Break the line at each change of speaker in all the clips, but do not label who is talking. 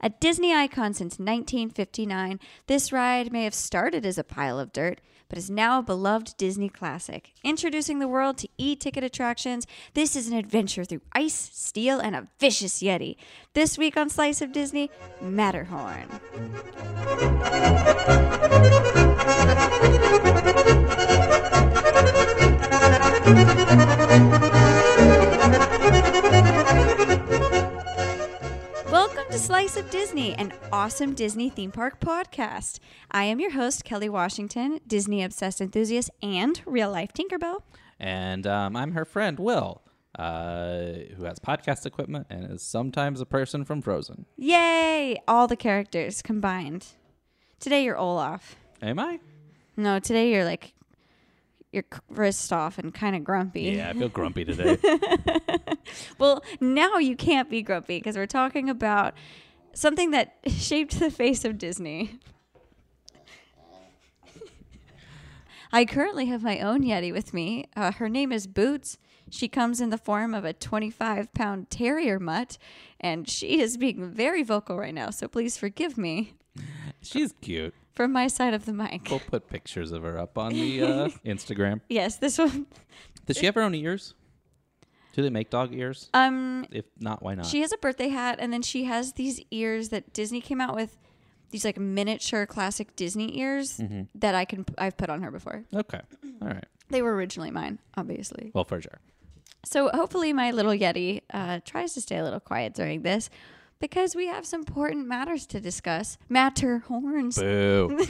a Disney icon since 1959, this ride may have started as a pile of dirt, but is now a beloved Disney classic. Introducing the world to e ticket attractions, this is an adventure through ice, steel, and a vicious Yeti. This week on Slice of Disney, Matterhorn. Welcome to Slice of Disney, an awesome Disney theme park podcast. I am your host, Kelly Washington, Disney obsessed enthusiast and real life Tinkerbell.
and um, I'm her friend Will, uh, who has podcast equipment and is sometimes a person from Frozen.
Yay! All the characters combined. Today you're Olaf.
Am I?
No, today you're like your wrist off and kind of grumpy.
Yeah, I feel grumpy today.
Well, now you can't be grumpy because we're talking about something that shaped the face of Disney. I currently have my own Yeti with me. Uh, her name is Boots. She comes in the form of a 25 pound terrier mutt, and she is being very vocal right now, so please forgive me
She's cute.
from my side of the mic.
We'll put pictures of her up on the uh, Instagram.
Yes, this one.
Does she have her own ears? Do they make dog ears?
Um,
If not, why not?
She has a birthday hat, and then she has these ears that Disney came out with. These like miniature classic Disney ears
Mm.
that I can I've put on her before.
Mm-hmm. okay. All right.
They were originally mine, obviously.
Well, for sure.
So hopefully my little Yeti uh, tries to stay a little quiet during this because we have some important matters to discuss. Matter horns.
Boo. Did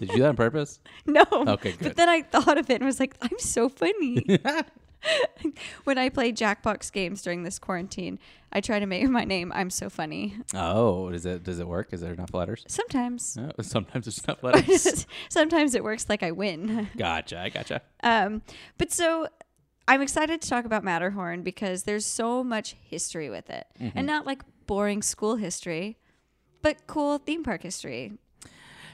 you do that on purpose?
No.
Okay,
But
good.
then I thought of it and was like, I'm so funny. when I play Jackbox games during this quarantine, I try to make my name I'm so funny.
Oh, does it does it work? Is there enough letters?
Sometimes.
No, sometimes there's enough letters.
Sometimes it works like I win.
gotcha. I gotcha.
Um, but so I'm excited to talk about Matterhorn because there's so much history with it.
Mm-hmm.
And not like boring school history, but cool theme park history.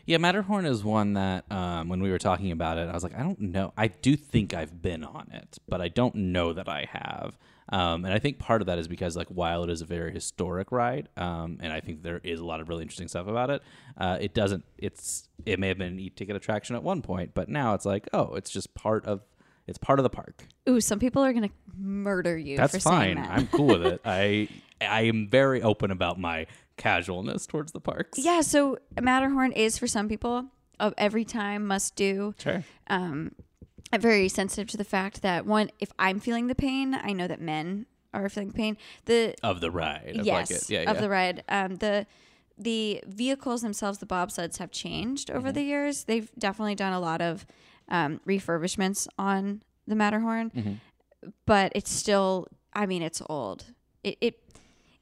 Yeah, Matterhorn is one that um, when we were talking about it, I was like, I don't know. I do think I've been on it, but I don't know that I have. Um, and I think part of that is because, like, while it is a very historic ride, um, and I think there is a lot of really interesting stuff about it, uh, it doesn't. It's it may have been an e-ticket attraction at one point, but now it's like, oh, it's just part of. It's part of the park.
Ooh, some people are gonna murder you
That's
for saying
fine.
that.
I'm cool with it. I I am very open about my casualness towards the parks.
yeah, so Matterhorn is for some people of every time must do.
Sure.
Um, I'm very sensitive to the fact that one, if I'm feeling the pain, I know that men are feeling pain. The
Of the ride. Of
yes,
Like it. Yeah.
of
yeah.
the ride. Um, the the vehicles themselves, the bobsleds, have changed
Mm-hmm.
over the years. They've definitely done a lot of um, refurbishments on the Matterhorn,
Mm-hmm.
but it's still. I mean, it's old. It, it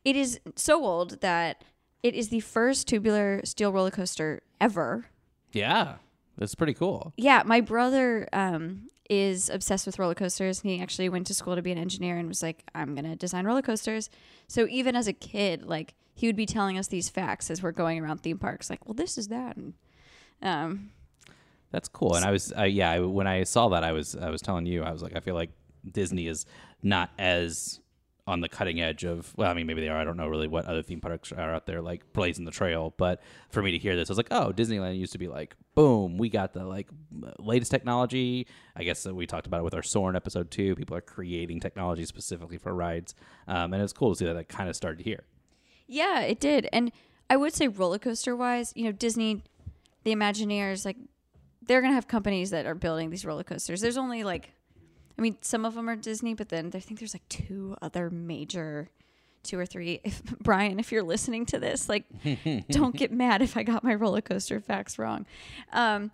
it is so old that it is the first tubular steel roller coaster ever.
Yeah, that's pretty cool.
Yeah, my brother um, is obsessed with roller coasters, and he actually went to school to be an engineer and was like, "I'm gonna design roller coasters." So even as a kid, like he would be telling us these facts as we're going around theme parks, like, "Well, this is that," and um,
That's cool. And I was, I, yeah, I, when I saw that, I was, I was telling you, I was like, I feel like Disney is not as on the cutting edge of. Well, I mean, maybe they are. I don't know really what other theme parks are out there like blazing the trail. But for me to hear this, I was like, oh, Disneyland used to be like, boom, we got the like latest technology. I guess that we talked about it with our Soren episode two. People are creating technology specifically for rides, um, and it's cool to see that that kind of started here.
yeah, it did. And I would say roller coaster wise, you know, Disney, the Imagineers, like they're gonna have companies that are building these roller coasters. There's only like, I mean, some of them are Disney, but then I think there's like two other major, two or three. If Brian, if you're listening to this, like, don't get mad if I got my roller coaster facts wrong. Um,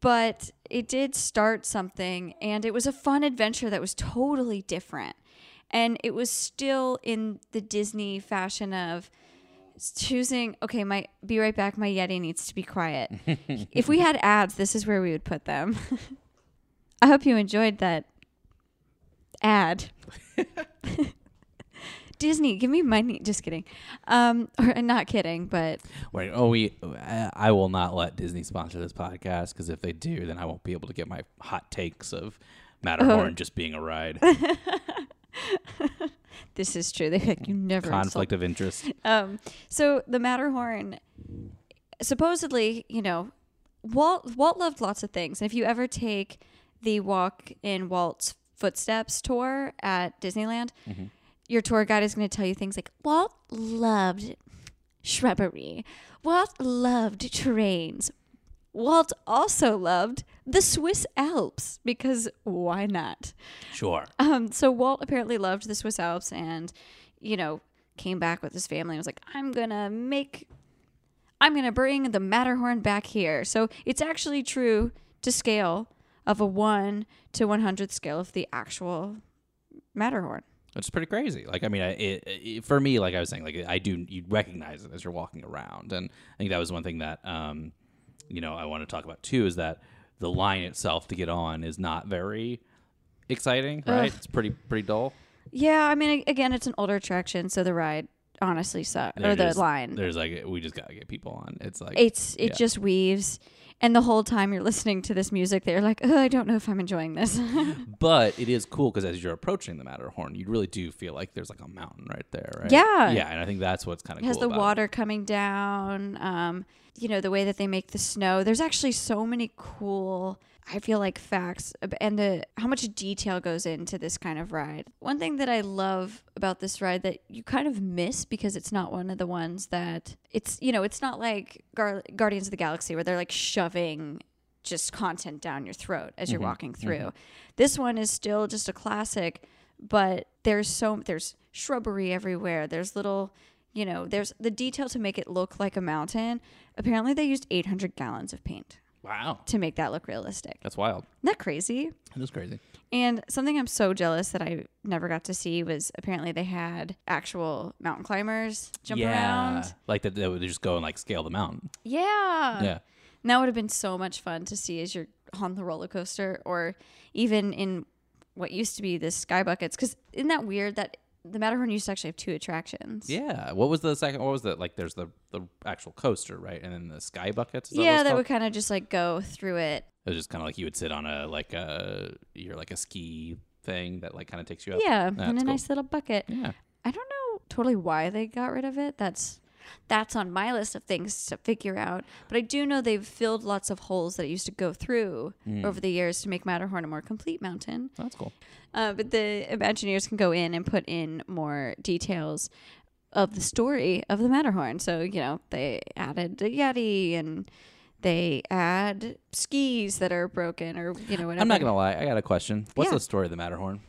but it did start something, and it was a fun adventure that was totally different, and it was still in the Disney fashion of choosing okay my be right back my yeti needs to be quiet if we had ads this is where we would put them i hope you enjoyed that ad disney give me money just kidding um or not kidding but
Wait, oh, we, I I will not let Disney sponsor this podcast because if they do, then I won't be able to get
Uh-huh.
my hot takes of Matterhorn just being a ride.
This is true. They like you never insult
conflict of interest.
um, so the Matterhorn, supposedly, you know, Walt Walt loved lots of things. And if you ever take the Walk in Walt's Footsteps tour at Disneyland, your tour guide is going to tell you things like Walt loved shrubbery, Walt loved trains. Walt also loved the Swiss Alps because why not?
Sure.
Um, so Walt apparently loved the Swiss Alps and, you know, came back with his family and was like, I'm gonna make I'm gonna bring the Matterhorn back here. So it's actually true to scale of a one to one hundredth scale of the actual Matterhorn.
It's pretty crazy. Like, I mean, I, it, it, for me, like I was saying, like I do, you recognize it as you're walking around, and I think that was one thing that, um, you know, I want to talk about too is that the line itself to get on is not very exciting, right? It's pretty pretty dull.
Yeah, I mean a- again it's an older attraction, so the ride honestly sucks. Or
They're
the
just-
line.
There's like we just gotta get people on. It's like
It's it
yeah.
just weaves and the whole time you're listening to this music that you're like, Oh, I don't know if I'm enjoying this.
but it is cool because as you're approaching the Matterhorn, you really do feel like there's like a mountain right there, right?
Yeah.
yeah, and I think that's what's kind of
It has
cool
the
about it.
water coming down. Um, you know the way that they make the snow. There's actually so many cool. I feel like facts ab- and the how much detail goes into this kind of ride. One thing that I love about this ride that you kind of miss because it's not one of the ones that it's you know it's not like Gar- Guardians of the Galaxy where they're like shoving just content down your throat as you're walking through. This one is still just a classic, but there's so there's shrubbery everywhere. There's little, you know, there's the detail to make it look like a mountain. Apparently, they used 800 gallons of paint
Wow,
to make that look realistic.
that's wild.
Isn't that crazy?
That is crazy.
And something I'm so jealous that I never got to see was apparently they had actual mountain climbers jump around. Uh.
like that. They would just go and like scale the mountain.
Yeah.
yeah.
And that would have been so much fun to see as you're on the roller coaster or even in what used to be the sky buckets. Because isn't that weird that the Matterhorn used to actually have two attractions?
Yeah. What was the second? What was the like? There's the the actual coaster, right? And then the sky buckets. Is
yeah,
that,
that
what
would
it's called?
kind of just like go through it.
It was just kind of like you would sit on a like a you're like a ski thing that like kind of takes you up.
Yeah,
That's
in a
cool.
nice little bucket.
Yeah.
I don't know totally why they got rid of it. That's that's on my list of things to figure out. But I do know they've filled lots of holes that it used to go through
Hmm.
over the years to make Matterhorn a more complete mountain.
That's cool.
Uh, but the Imagineers can go in and put in more details of the story of the Matterhorn. So, you know, they added the Yeti and they add skis that are broken or, you know, whatever.
I'm not gonna lie. I got a question. What's
Yeah.
the story of the Matterhorn?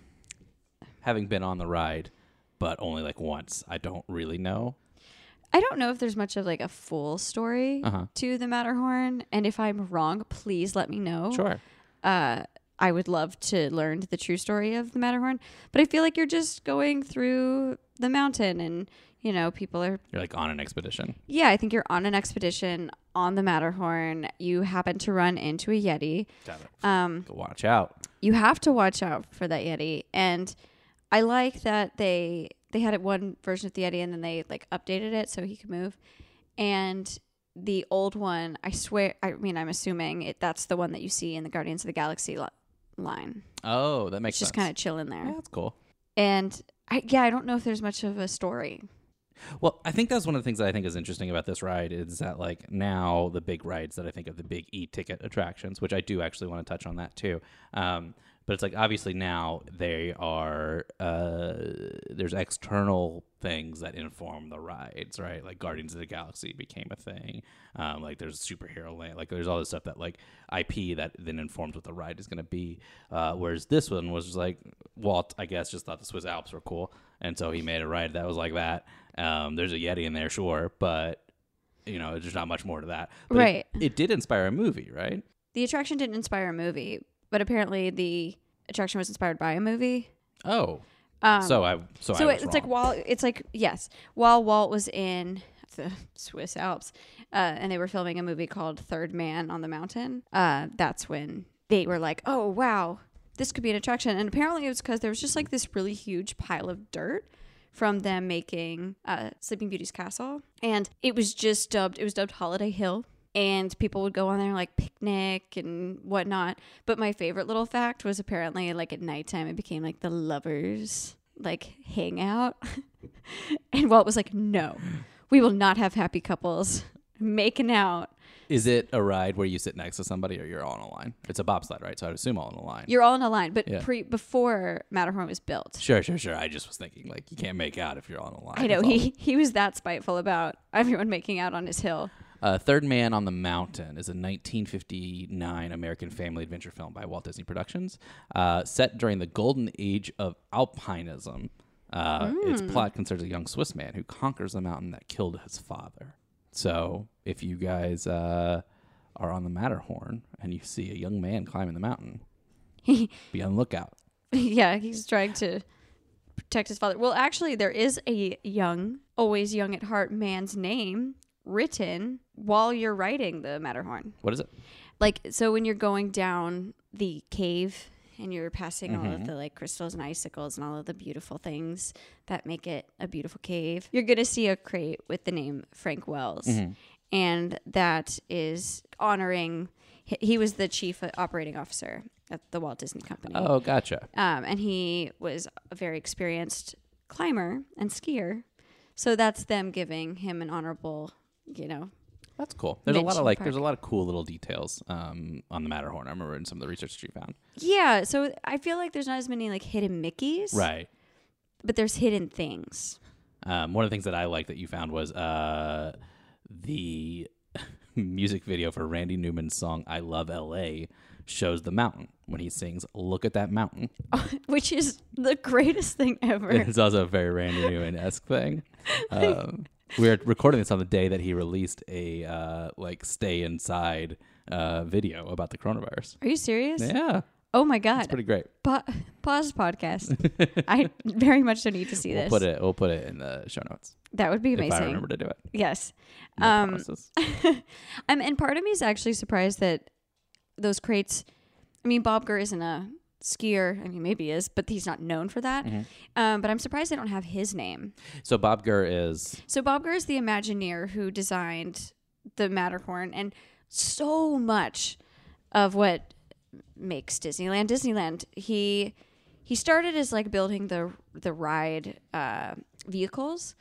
Having been on the ride, but only like once, I don't really know.
I don't know if there's much of like a full story
Uh-huh.
to the Matterhorn. And if I'm wrong, please let me know.
Sure.
uh, I would love to learn the true story of the Matterhorn, but I feel like you're just going through the mountain and, you know, people are,
You're like on an expedition.
yeah, I think you're on an expedition on the Matterhorn. You happen to run into a Yeti.
Got it.
Um,
Watch out.
you have to watch out for that Yeti. And I like that they they had it one version of the Yeti and then they like updated it so he could move. And the old one, I swear, I mean, I'm assuming it, that's the one that you see in the Guardians of the Galaxy li- line.
Oh, that makes
It's just
sense.
kind of chill in there.
yeah, that's cool.
And I, yeah, I don't know if there's much of a story.
Well, I think that's one of the things that I think is interesting about this ride is that like now the big rides that I think of the big e-ticket attractions, which I do actually want to touch on that too. Um, but it's like obviously now they are uh, there's external things that inform the rides, right? Like Guardians of the Galaxy became a thing. Um, like there's superhero land, like there's all this stuff that like IP that then informs what the ride is going to be. Uh, whereas this one was just like Walt, I guess, just thought the Swiss Alps were cool, and so he made a ride that was like that. Um, there's a Yeti in there, sure, but you know, there's not much more to that. But it-
Right.
It, did inspire a movie, right?
The attraction didn't inspire a movie, but apparently the attraction was inspired by a movie.
Oh,
Um,
so I so,
so
I
it, it's like while it's like yes, while Walt was in the Swiss Alps, uh, and they were filming a movie called Third Man on the Mountain. Uh, that's when they were like, "Oh wow, this could be an attraction." And apparently, it was because there was just like this really huge pile of dirt from them making uh, Sleeping Beauty's castle, and it was just dubbed. It was dubbed Holiday Hill. And people would go on there like picnic and whatnot. But my favorite little fact was apparently like at nighttime it became like the lovers like hang out? and Walt was like, no, we will not have happy couples making out.
Is it a ride where you sit next to somebody or you're all on a line? It's a bobsled, right? So I'd assume all on a line.
You're all in a line, but
Yeah.
pre before Matterhorn was built.
sure, sure, sure. I just was thinking like you can't make out if you're on a line.
I know
That's all.
he, he was that spiteful about everyone making out on his hill.
Uh, Third Man on the Mountain is a 1959 American family adventure film by Walt Disney Productions, uh, set during the golden age of alpinism. Uh, Its
Hmm.
plot concerns a young Swiss man who conquers a mountain that killed his father. So, if you guys uh, are on the Matterhorn and you see a young man climbing the mountain, be on the lookout.
yeah, he's trying to protect his father. Well, actually, there is a young, always young at heart man's name written while you're riding the Matterhorn.
What is it?
Like, so when you're going down the cave and you're passing all of the like crystals and icicles and all of the beautiful things that make it a beautiful cave, you're going to see a crate with the name Frank Wells. And that is honoring, he- he was the chief operating officer at the Walt Disney Company
Oh, gotcha.
um, and he was a very experienced climber and skier. So that's them giving him an honorable, you know.
That's cool. There's a lot
Mention
of like,
Park.
there's a lot of cool little details um, on the Matterhorn. I remember in some of the research that you found.
Yeah, so I feel like there's not as many like hidden Mickeys,
Right.
But there's hidden things.
Um, one of the things that I liked that you found was uh, the music video for Randy Newman's song "I Love L.A." shows the mountain when he sings "Look at that mountain."
Which is the greatest thing ever.
it's also a very Randy Newman esque thing. Um, we're recording this on the day that he released a uh, like stay inside uh, video about the coronavirus.
Are you serious?
Yeah,
Oh my
it's
god.
pretty great.
Pa- pause podcast. I very much don't need to see
We'll
this.
put it. We'll put it in the show notes
that would be
if I
amazing.
remember to do it.
Yes.
No
Um,
promises.
I'm, Um, and part of me is actually surprised that those crates. I mean, Bob Gurr isn't a skier. I mean, maybe he is, but he's not known for
Mm.
that. Um, but I'm surprised they don't have his name.
So Bob Gurr is
So Bob Gurr is the Imagineer who designed the Matterhorn, and so much of what makes Disneyland Disneyland. He he started as like building the the ride uh, vehicles.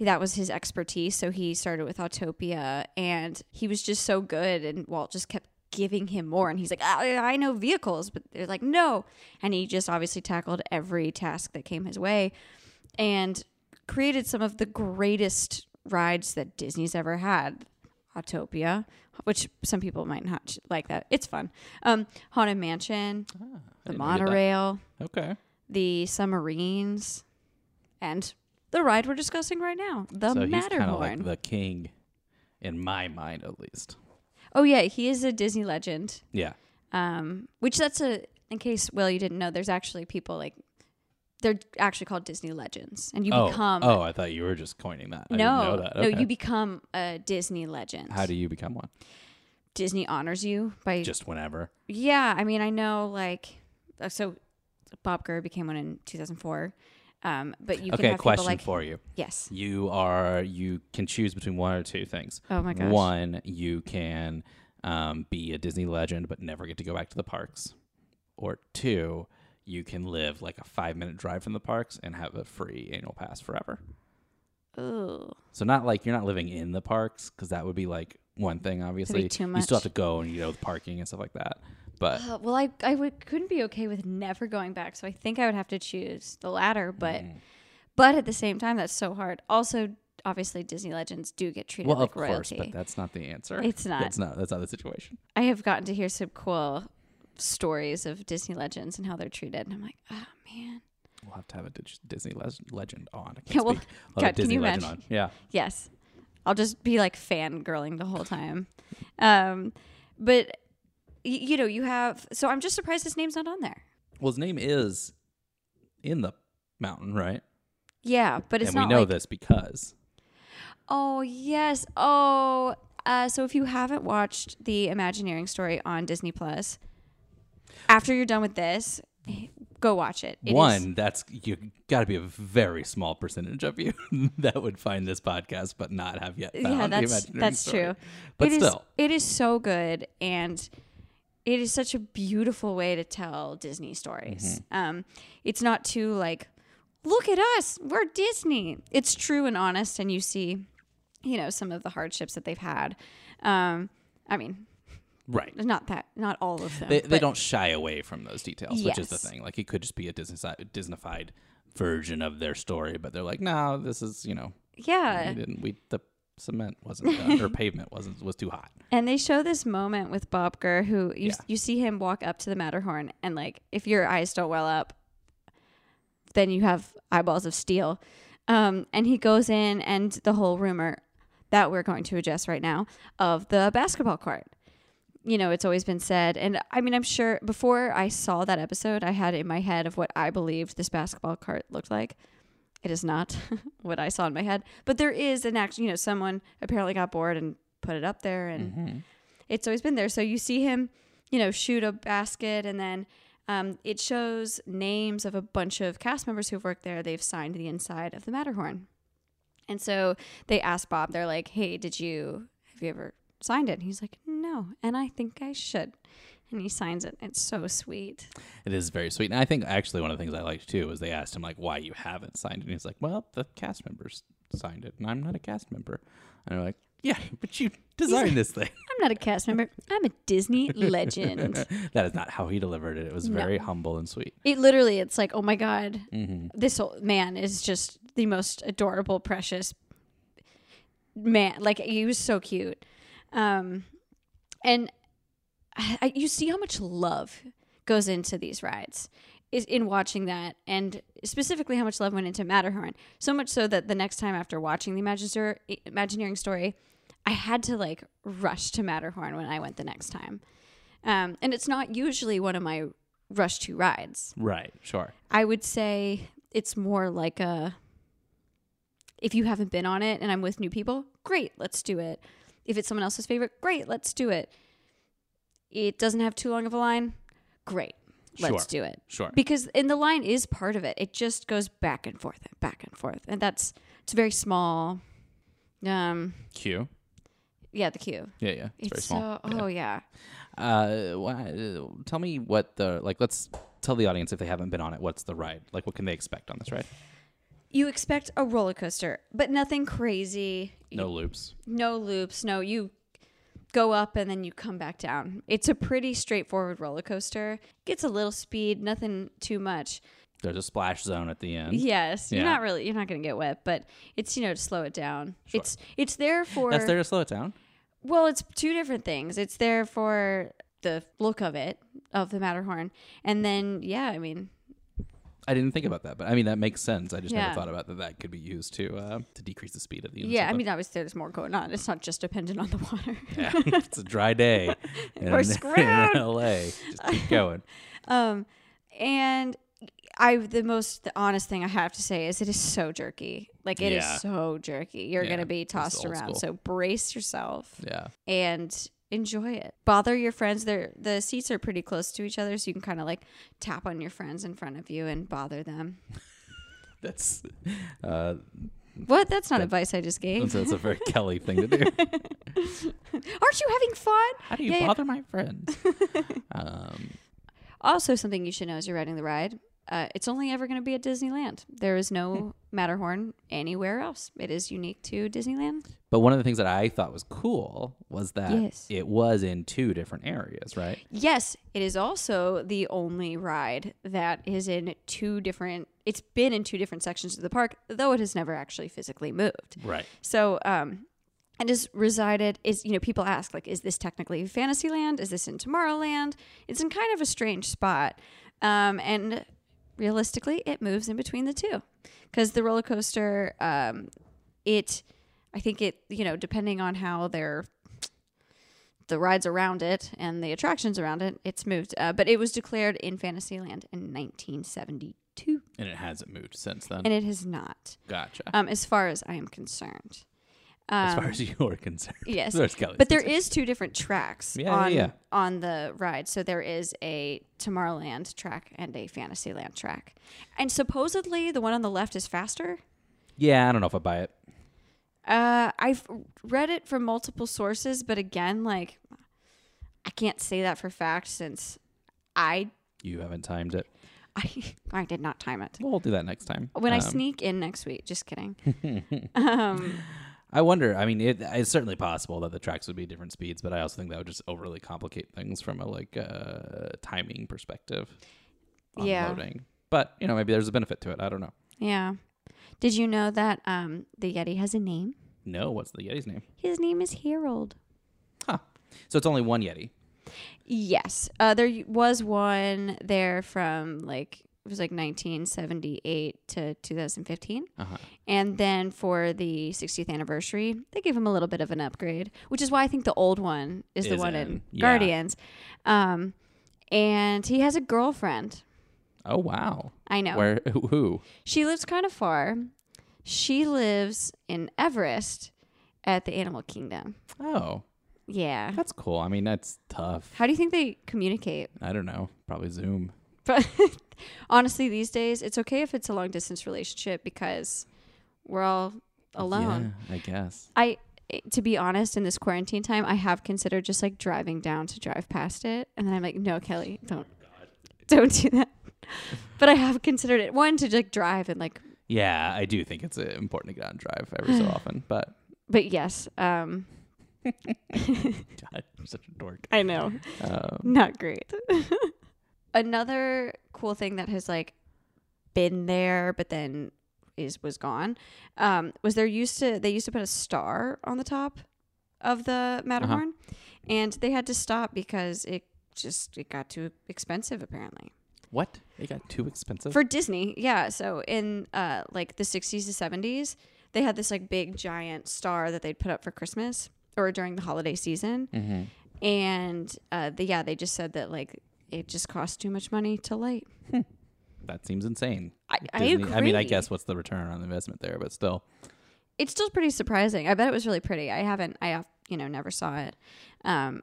That was his expertise. So he started with Autopia, and he was just so good, and Walt just kept giving him more and he's like I, I know vehicles but they're like no and he just obviously tackled every task that came his way and created some of the greatest rides that Disney's ever had. Autopia, which some people might not sh- like that. It's fun. Um, Haunted Mansion, the
didn't know you did that.
monorail,
okay.
the submarines, and the ride we're discussing right now, the
so he's kind of
Matterhorn.
like the king in my mind at least
oh yeah, he is a Disney legend.
yeah
Um, which that's a in case Will you didn't know, there's actually people like they're actually called Disney legends, and you
oh
become
oh i thought you were just coining that I
no
didn't know that. Okay.
no you become a Disney legend.
how do you become one
Disney honors you by
just whenever
yeah. I mean, I know like uh, so Bob Gurr became one in 2004, um, but you can
okay
have
question
people like
for you
yes,
you are you can choose between one or two things
Oh my gosh.
one you can um, be a disney legend but never get to go back to the parks or two you can live like a five minute drive from the parks and have a free annual pass forever
Ooh.
So not like you're not living in the parks because that would be like one thing. Obviously,
too
you still
much.
have to go and you know the parking and stuff like that. But
Uh, well, I I would, couldn't be okay with never going back, so I think I would have to choose the latter. But
mm.
but at the same time, that's so hard. Also, obviously, Disney legends do get treated
well,
like
of
royalty.
course, but that's not the answer.
It's not.
That's not. That's not the situation.
I have gotten to hear some cool stories of Disney legends and how they're treated, and I'm like, oh man,
We'll have to have a Dis- Disney les- legend on. I can't
Yeah, well,
speak. We'll have
God, can you
on. Yeah.
Yes. I'll just be like fangirling the whole time. Um, but, y- you know, you have. So I'm just surprised his name's not on there.
Well, his name is in the mountain, right?
Yeah, but it's
and
not
we know
like,
this because
oh, yes. Oh, uh, so if you haven't watched the Imagineering story on Disney Plus, after you're done with this, go watch it. It is-
one, that's you got to be a very small percentage of you that would find this podcast, but not have yet. Found
yeah,
the
that's
Imagineering
that's
Story.
true.
But
It is-
still,
it is so good, and it is
Mm-hmm.
such a beautiful way to tell Disney stories. Um, it's not too like look at us, we're Disney. It's true and honest, and you see, you know, some of the hardships that they've had. Um, I mean,
Right.
not that, not all of them.
They, they
but-
don't shy away from those details, which is the
Yes.
thing. Like it could just be a Disney Disneyfied version of their story, but they're like, no, this is you know,
Yeah.
we didn't we the cement wasn't done, or pavement wasn't was too hot.
And they show this moment with Bob Gurr, who you,
Yeah.
you see him walk up to the Matterhorn, and like if your eyes don't well up, then you have eyeballs of steel. Um, and he goes in, and the whole rumor that we're going to address right now of the basketball court. You know, it's always been said, and I mean, I'm sure before I saw that episode, I had in my head of what I believed this basketball court looked like. It is not what I saw in my head, but there is an act. You know, someone apparently got bored and put it up there,
Mm-hmm.
and it's always been there. So you see him, you know, shoot a basket, and then um, it shows names of a bunch of cast members who've worked there. They've signed the inside of the Matterhorn, and so they asked Bob. They're like, "Hey, did you have you ever signed it?" And he's like, "No," and I think I should. And he signs it. It's so sweet.
It is very sweet, and I think actually one of the things I liked too was they asked him like why you haven't signed it, and he's like, well, the cast members signed it, and I'm not a cast member, and they're like, yeah, but you designed this thing.
I'm not a cast member. I'm a Disney legend.
that is not how he delivered it. It was very humble and sweet. Mm-hmm.
It literally, it's like, oh my god, this old man is just the most adorable, precious man. Like he was so cute, um, and I, I- you see how much love goes into these rides. Is in watching that, and specifically how much love went into Matterhorn. So much so that the next time after watching the Imagineer, Imagineering story, I had to like rush to Matterhorn when I went the next time. Um, and it's not usually one of my rush to rides.
Right. Sure.
I would say it's more like a if you haven't been on it and I'm with new people, great, let's do it. If it's someone else's favorite, great, let's do it. It doesn't have too long of a line, great, let's do it.
Sure.
Because and the line is part of it. It just goes back and forth and back and forth. And that's it's very small. Um
Q.
yeah, the queue.
Yeah. Yeah. It's, very small.
so oh yeah.
Uh, wha- tell me what the like. Let's tell the audience if they haven't been on it. What's the ride like? What can they expect on this ride?
You expect a roller coaster, but nothing crazy.
No loops.
no loops no you go up and then you come back down it's a pretty straightforward roller coaster gets a little speed nothing too much
There's a splash zone at the end.
yes you're
Yeah.
not really you're not going to get wet but it's you know to slow it down it's it's there for
That's there to slow it down.
well it's two different things it's there for the look of it of the matterhorn and then yeah i mean
I didn't think about that, but I mean that makes sense. I just
Yeah.
never thought about that. That could be used to uh, to decrease the speed of the. end
yeah i
of
mean obviously there's more going on it's not just dependent on the water
the- Yeah. it's a dry day. in-
We're screwed.
In L.A. Just keep going.
Um, and I the most the honest thing I have to say is it is so jerky. Like it is
Yeah.
so jerky. You're
Yeah,
gonna be
it's
tossed
old
around.
school.
So brace yourself
Yeah.
and enjoy it. Bother your friends. They're the seats are pretty close to each other, so you can kind of like tap on your friends in front of you and bother them.
That's uh,
What? That's not advice I just gave.
that's, that's a very Kelly thing to do.
Aren't you having fun?
How do you
Yeah, yeah.
bother my friends? um,
Also, something you should know as you're riding the ride. Uh, it's only ever going to be at Disneyland. There is
Hmm.
no Matterhorn anywhere else. It is unique to Disneyland.
But one of the things that I thought was cool was that
Yes.
it was in two different areas, right?
Yes, it is also the only ride that is in two different. It's been in two different sections of the park, though it has never actually physically moved.
Right.
So, um, it has resided. Is you know people ask like, is this technically Fantasyland? Is this in Tomorrowland? It's in kind of a strange spot, um, and realistically, it moves in between the two because the roller coaster, um, it, I think it, you know, depending on how they're the rides around it and the attractions around it, it's moved. Uh, but it was declared in Fantasyland in 1972,
And it hasn't moved since then.
and it has not,
gotcha.
um, as far as I am concerned. Um,
as far as you're concerned.
Yes.
As far as Kelly's
But there
concerned.
is two different tracks
Yeah, yeah,
on
yeah.
on the ride. So there is a Tomorrowland track and a Fantasyland track. And supposedly the one on the left is faster.
Yeah, I don't know if I buy it.
Uh, I've read it from multiple sources, but again, like I can't say that for fact since I
You haven't timed it.
I I did not time it.
We'll do that next time.
When I
Um,
sneak in next week, just kidding. um,
I wonder. I mean, it, it's certainly possible that the tracks would be different speeds, but I also think that would just overly complicate things from a like uh, timing perspective. on
Yeah.
Loading. But you know, maybe there's a benefit to it. I don't know.
yeah. Did you know that um, the Yeti has a name?
No, what's the Yeti's name?
His name is Harold.
Huh. So it's only one Yeti.
Yes. Uh, there y- was one there from like it was like 1978 to 2015.
Uh-huh.
And then for the 60th anniversary, they gave him a little bit of an upgrade, which is why I think the old one is, the
Is
one
in,
in
yeah.
Guardians. Um, and he has a girlfriend.
Oh wow.
I know.
Where who? who?
She lives kind of far. She lives in Everest at the Animal Kingdom.
Oh,
Yeah.
that's cool. I mean, that's tough.
How do you think they communicate?
I don't know. Probably Zoom.
But honestly, these days, it's okay if it's a long distance relationship because we're all alone.
Yeah, I guess.
I, eh, to be honest, in this quarantine time, I have considered just like driving down to drive past it, and then I'm like, no, Kelly, don't, don't do that. but I have considered it one to like drive and like,
Yeah, I do think it's uh, important to get out and drive every so often. But
but yes, um,
God, I'm such a dork.
I know,
Um,
not great. Another cool thing that has like been there, but then is was gone. Um, was there used to they used to put a star on the top of the Matterhorn, and they had to stop because it just it got too expensive apparently
what? It got too expensive.
for Disney. Yeah, so in uh like the 60s to 70s, they had this like big giant star that they'd put up for Christmas or during the holiday season,
mm-hmm.
and uh, the, yeah, they just said that like it just costs too much money to light.
That seems insane.
I, I
Disney-
agree.
I mean, I guess what's the return on investment there, but still.
it's still pretty surprising. I bet it was really pretty. I haven't, I have, you know, never saw it. Um,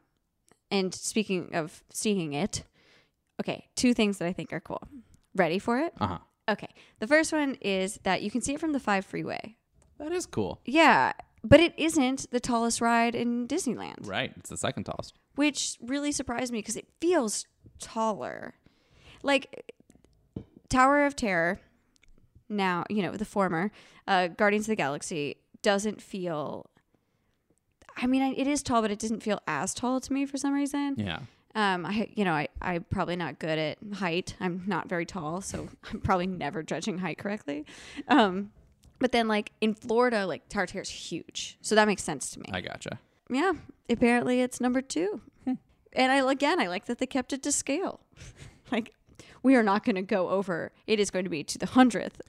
and speaking of seeing it, okay, two things that I think are cool. Ready for it?
Uh huh.
Okay. The first one is that you can see it from the five freeway.
That is cool.
Yeah, but it isn't the tallest ride in Disneyland,
Right. It's the second toss.
which really surprised me because it feels taller. Like Tower of Terror, now, you know, the former, uh, Guardians of the Galaxy doesn't feel. I mean, I- it is tall, but it doesn't feel as tall to me for some reason.
Yeah.
Um, I, you know, I, I'm probably not good at height. I'm not very tall, so I'm probably never judging height correctly. Um, but then, like in Florida, like Tower of Terror is huge, so that makes sense to me.
I gotcha.
yeah, apparently it's number two.
Hmm.
and I again, I like that they kept it to scale. like, we are not going to go over. It is going to be to the hundredth,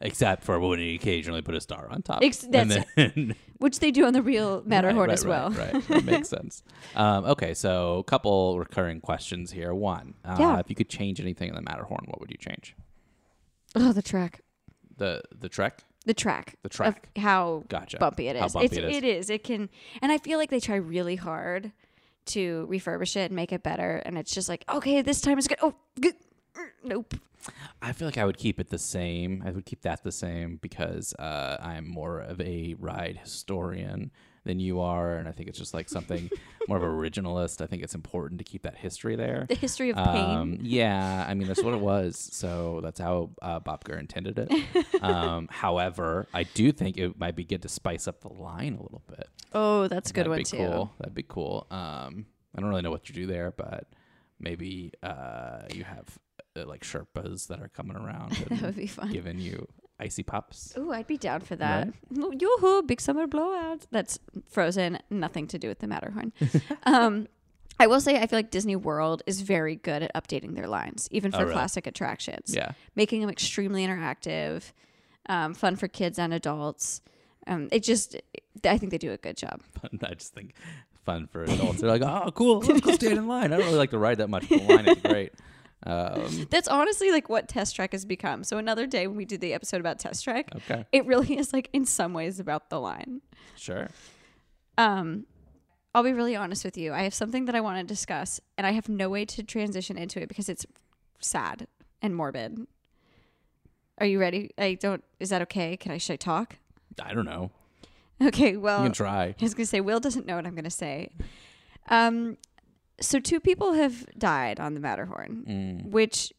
Except for when you occasionally put a star on top.
Ex- that's-
then-
which they do on the real Matterhorn
Right, right,
as well.
Right, right. That makes sense. Um, okay, so a couple recurring questions here. One, uh,
Yeah.
if you could change anything in the Matterhorn, what would you change?
Oh, the track,
The the trek?
the track,
The
of
track.
how
Gotcha.
bumpy it is.
How bumpy
it's,
it is.
It is. It can, and I feel like they try really hard to refurbish it and make it better. And it's just like, okay, this time it's good. Oh, good. er, nope.
I feel like I would keep it the same. I would keep that the same because uh, I'm more of a ride historian than you are, and I think it's just like something more of an originalist. I think it's important to keep that history there.
The history of pain.
Um, yeah, I mean that's what it was. So that's how uh, Bob Gurr intended it. Um, however, I do think it might be good to spice up the line a little bit.
oh, that's a good
That'd
one
be
too.
Cool. That'd be cool. Um, I don't really know what you do there, but maybe uh, you have uh, like Sherpas that are coming around
That
and
would be fun.
giving you icy pops.
Ooh, I'd be down for that. Yoo hoo, big summer blowout. That's frozen, nothing to do with the Matterhorn. um, I will say, I feel like Disney World is very good at updating their lines, even for
Oh, really?
classic attractions,
Yeah,
making them extremely interactive, um, fun for kids and adults. Um, it just, I think they do a good job.
fun. I just think fun for adults. They're like, oh, cool. Let's go stand in line. I don't really like to ride that much, but the line is great. Um,
That's honestly like what Test Track has become. So another day when we do the episode about Test Track,
okay,
it really is like in some ways about the line.
sure.
Um, I'll be really honest with you. I have something that I want to discuss, and I have no way to transition into it because it's sad and morbid. Are you ready? I don't. Is that okay? Can I should I talk?
I don't know.
Okay.
You
Well,
can try.
I was gonna say Will doesn't know what I'm gonna say. Um, so two people have died on the Matterhorn,
Mm.
which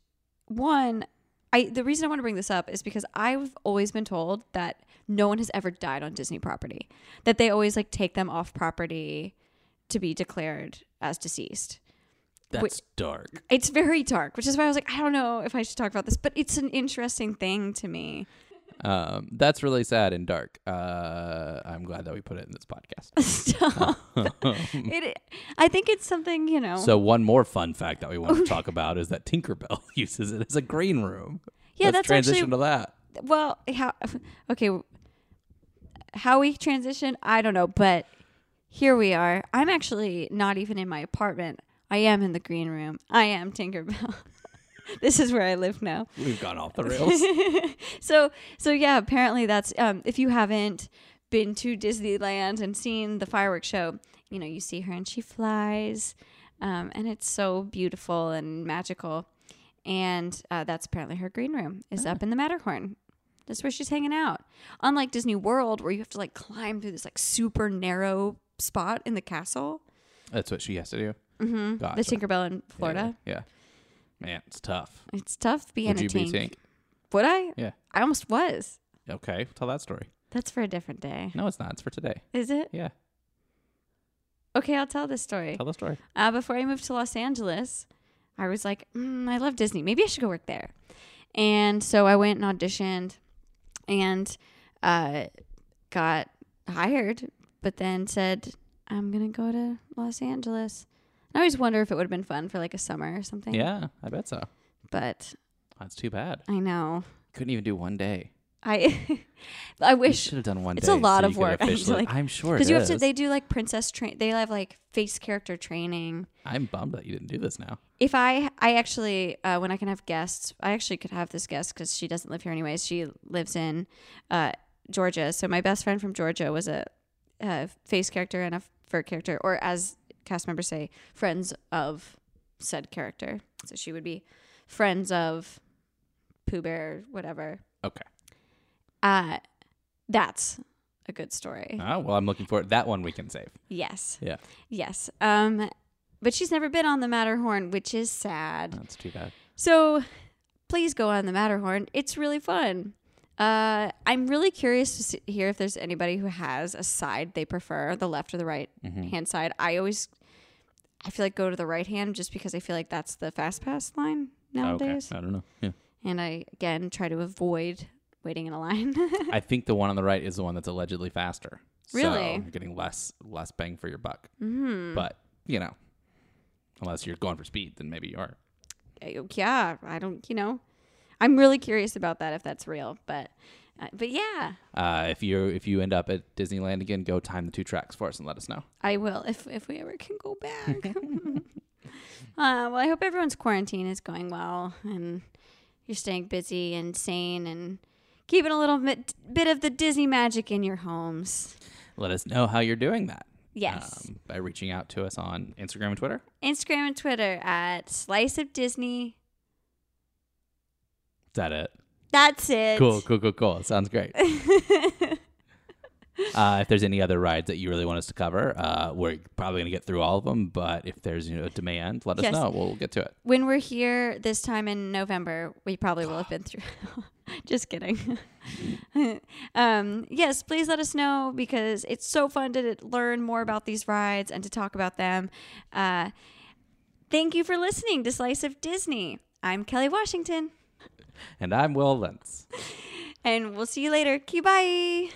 one, I the reason I want to bring this up is because I've always been told that no one has ever died on Disney property. That they always like take them off property to be declared as deceased.
That's
Wait.
dark.
It's very dark, which is why I was like, I don't know if I should talk about this, but it's an interesting thing to me.
Um, that's really sad and dark. Uh, I'm glad that we put it in this podcast.
Stop. it, I think it's something you know.
so one more fun fact that we want to talk about is that Tinkerbell uses it as a green room.
Yeah,
Let's
that's
transition
actually-
to that.
well, how? Okay, how we transition, I don't know, but here we are. I'm actually not even in my apartment. I am in the green room. I am Tinkerbell. this is where I live now.
We've gone off the rails.
So, so yeah. Apparently, that's um, if you haven't been to Disneyland and seen the fireworks show, you know, you see her and she flies, um, and it's so beautiful and magical. And uh, that's apparently her green room is up in the Matterhorn. That's where she's hanging out. Unlike Disney World, where you have to like climb through this like super narrow spot in the castle.
that's what she has to do.
Mm-hmm.
Gotcha.
The Tinkerbell in Florida.
Yeah. yeah. Man, it's tough.
It's tough being
Would
a
you be
tink.
Tink?
Would I?
Yeah.
I almost was.
Okay, tell that story.
That's for a different day.
No, it's not. It's for today.
Is it?
Yeah,
Okay, I'll tell this story.
tell the story.
Uh, before I moved to Los Angeles, I was like, mm, I love Disney. Maybe I should go work there. And so I went and auditioned and uh, got hired, but then said, I'm going to go to Los Angeles. I always wonder if it would have been fun for like a summer or something.
Yeah, I bet so.
But
That's too bad.
I know.
Couldn't even do one day.
I I
We
wish
should have done one
it's
day.
a lot
so
of
you could
work. I feel
officially-
like-
I'm sure
because
because
you have to they do like princess train they have like face character training
I'm bummed that you didn't do this now.
if I I actually uh, when I can have guests, I actually could have this guest because she doesn't live here anyways. She lives in uh, Georgia, so my best friend from Georgia was a, a face character and a fur character, or as cast members say, friends of said character. So she would be friends of Pooh Bear, whatever.
Okay.
Uh, that's a good story.
Oh, well, I'm looking forward. That one we can save.
Yes,
Yeah,
yes. Um, but she's never been on the Matterhorn, which is sad.
that's too bad.
So please go on the Matterhorn. It's really fun. Uh, I'm really curious to see, hear if there's anybody who has a side they prefer, the left or the right
Mm-hmm. Mm.
hand side. I always, I feel like go to the right hand just because I feel like that's the fast pass line nowadays.
Okay. I don't know. Yeah.
And I again try to avoid waiting in a line.
I think the one on the right is the one that's allegedly faster. So
Really?
you're getting less less bang for your buck.
mm,
But you know, unless you're going for speed, then maybe you are.
yeah, I don't, you know, I'm really curious about that if that's real, but. Uh, but yeah,
Uh, if you if you end up at Disneyland again, go time the two tracks for us and let us know.
I will if if we ever can go back. uh, well, I hope everyone's quarantine is going well and you're staying busy and sane and keeping a little bit, bit of the Disney magic in your homes.
Let us know how you're doing that.
Yes.
Um, by reaching out to us on Instagram and Twitter.
Instagram and Twitter at Slice of Disney.
Is that it?
That's it.
Cool, cool, cool, cool. Sounds great. uh, if there's any other rides that you really want us to cover, uh, we're probably going to get through all of them. But if there's you know demand, let us
Yes.
know. We'll get to it.
When we're here this time in November, we probably will have been through. Just kidding. um, yes, please let us know because it's so fun to learn more about these rides and to talk about them. Uh, thank you for listening to Slice of Disney. I'm Kelly Washington,
And I'm Will Lentz.
and we'll see you later. Key bye.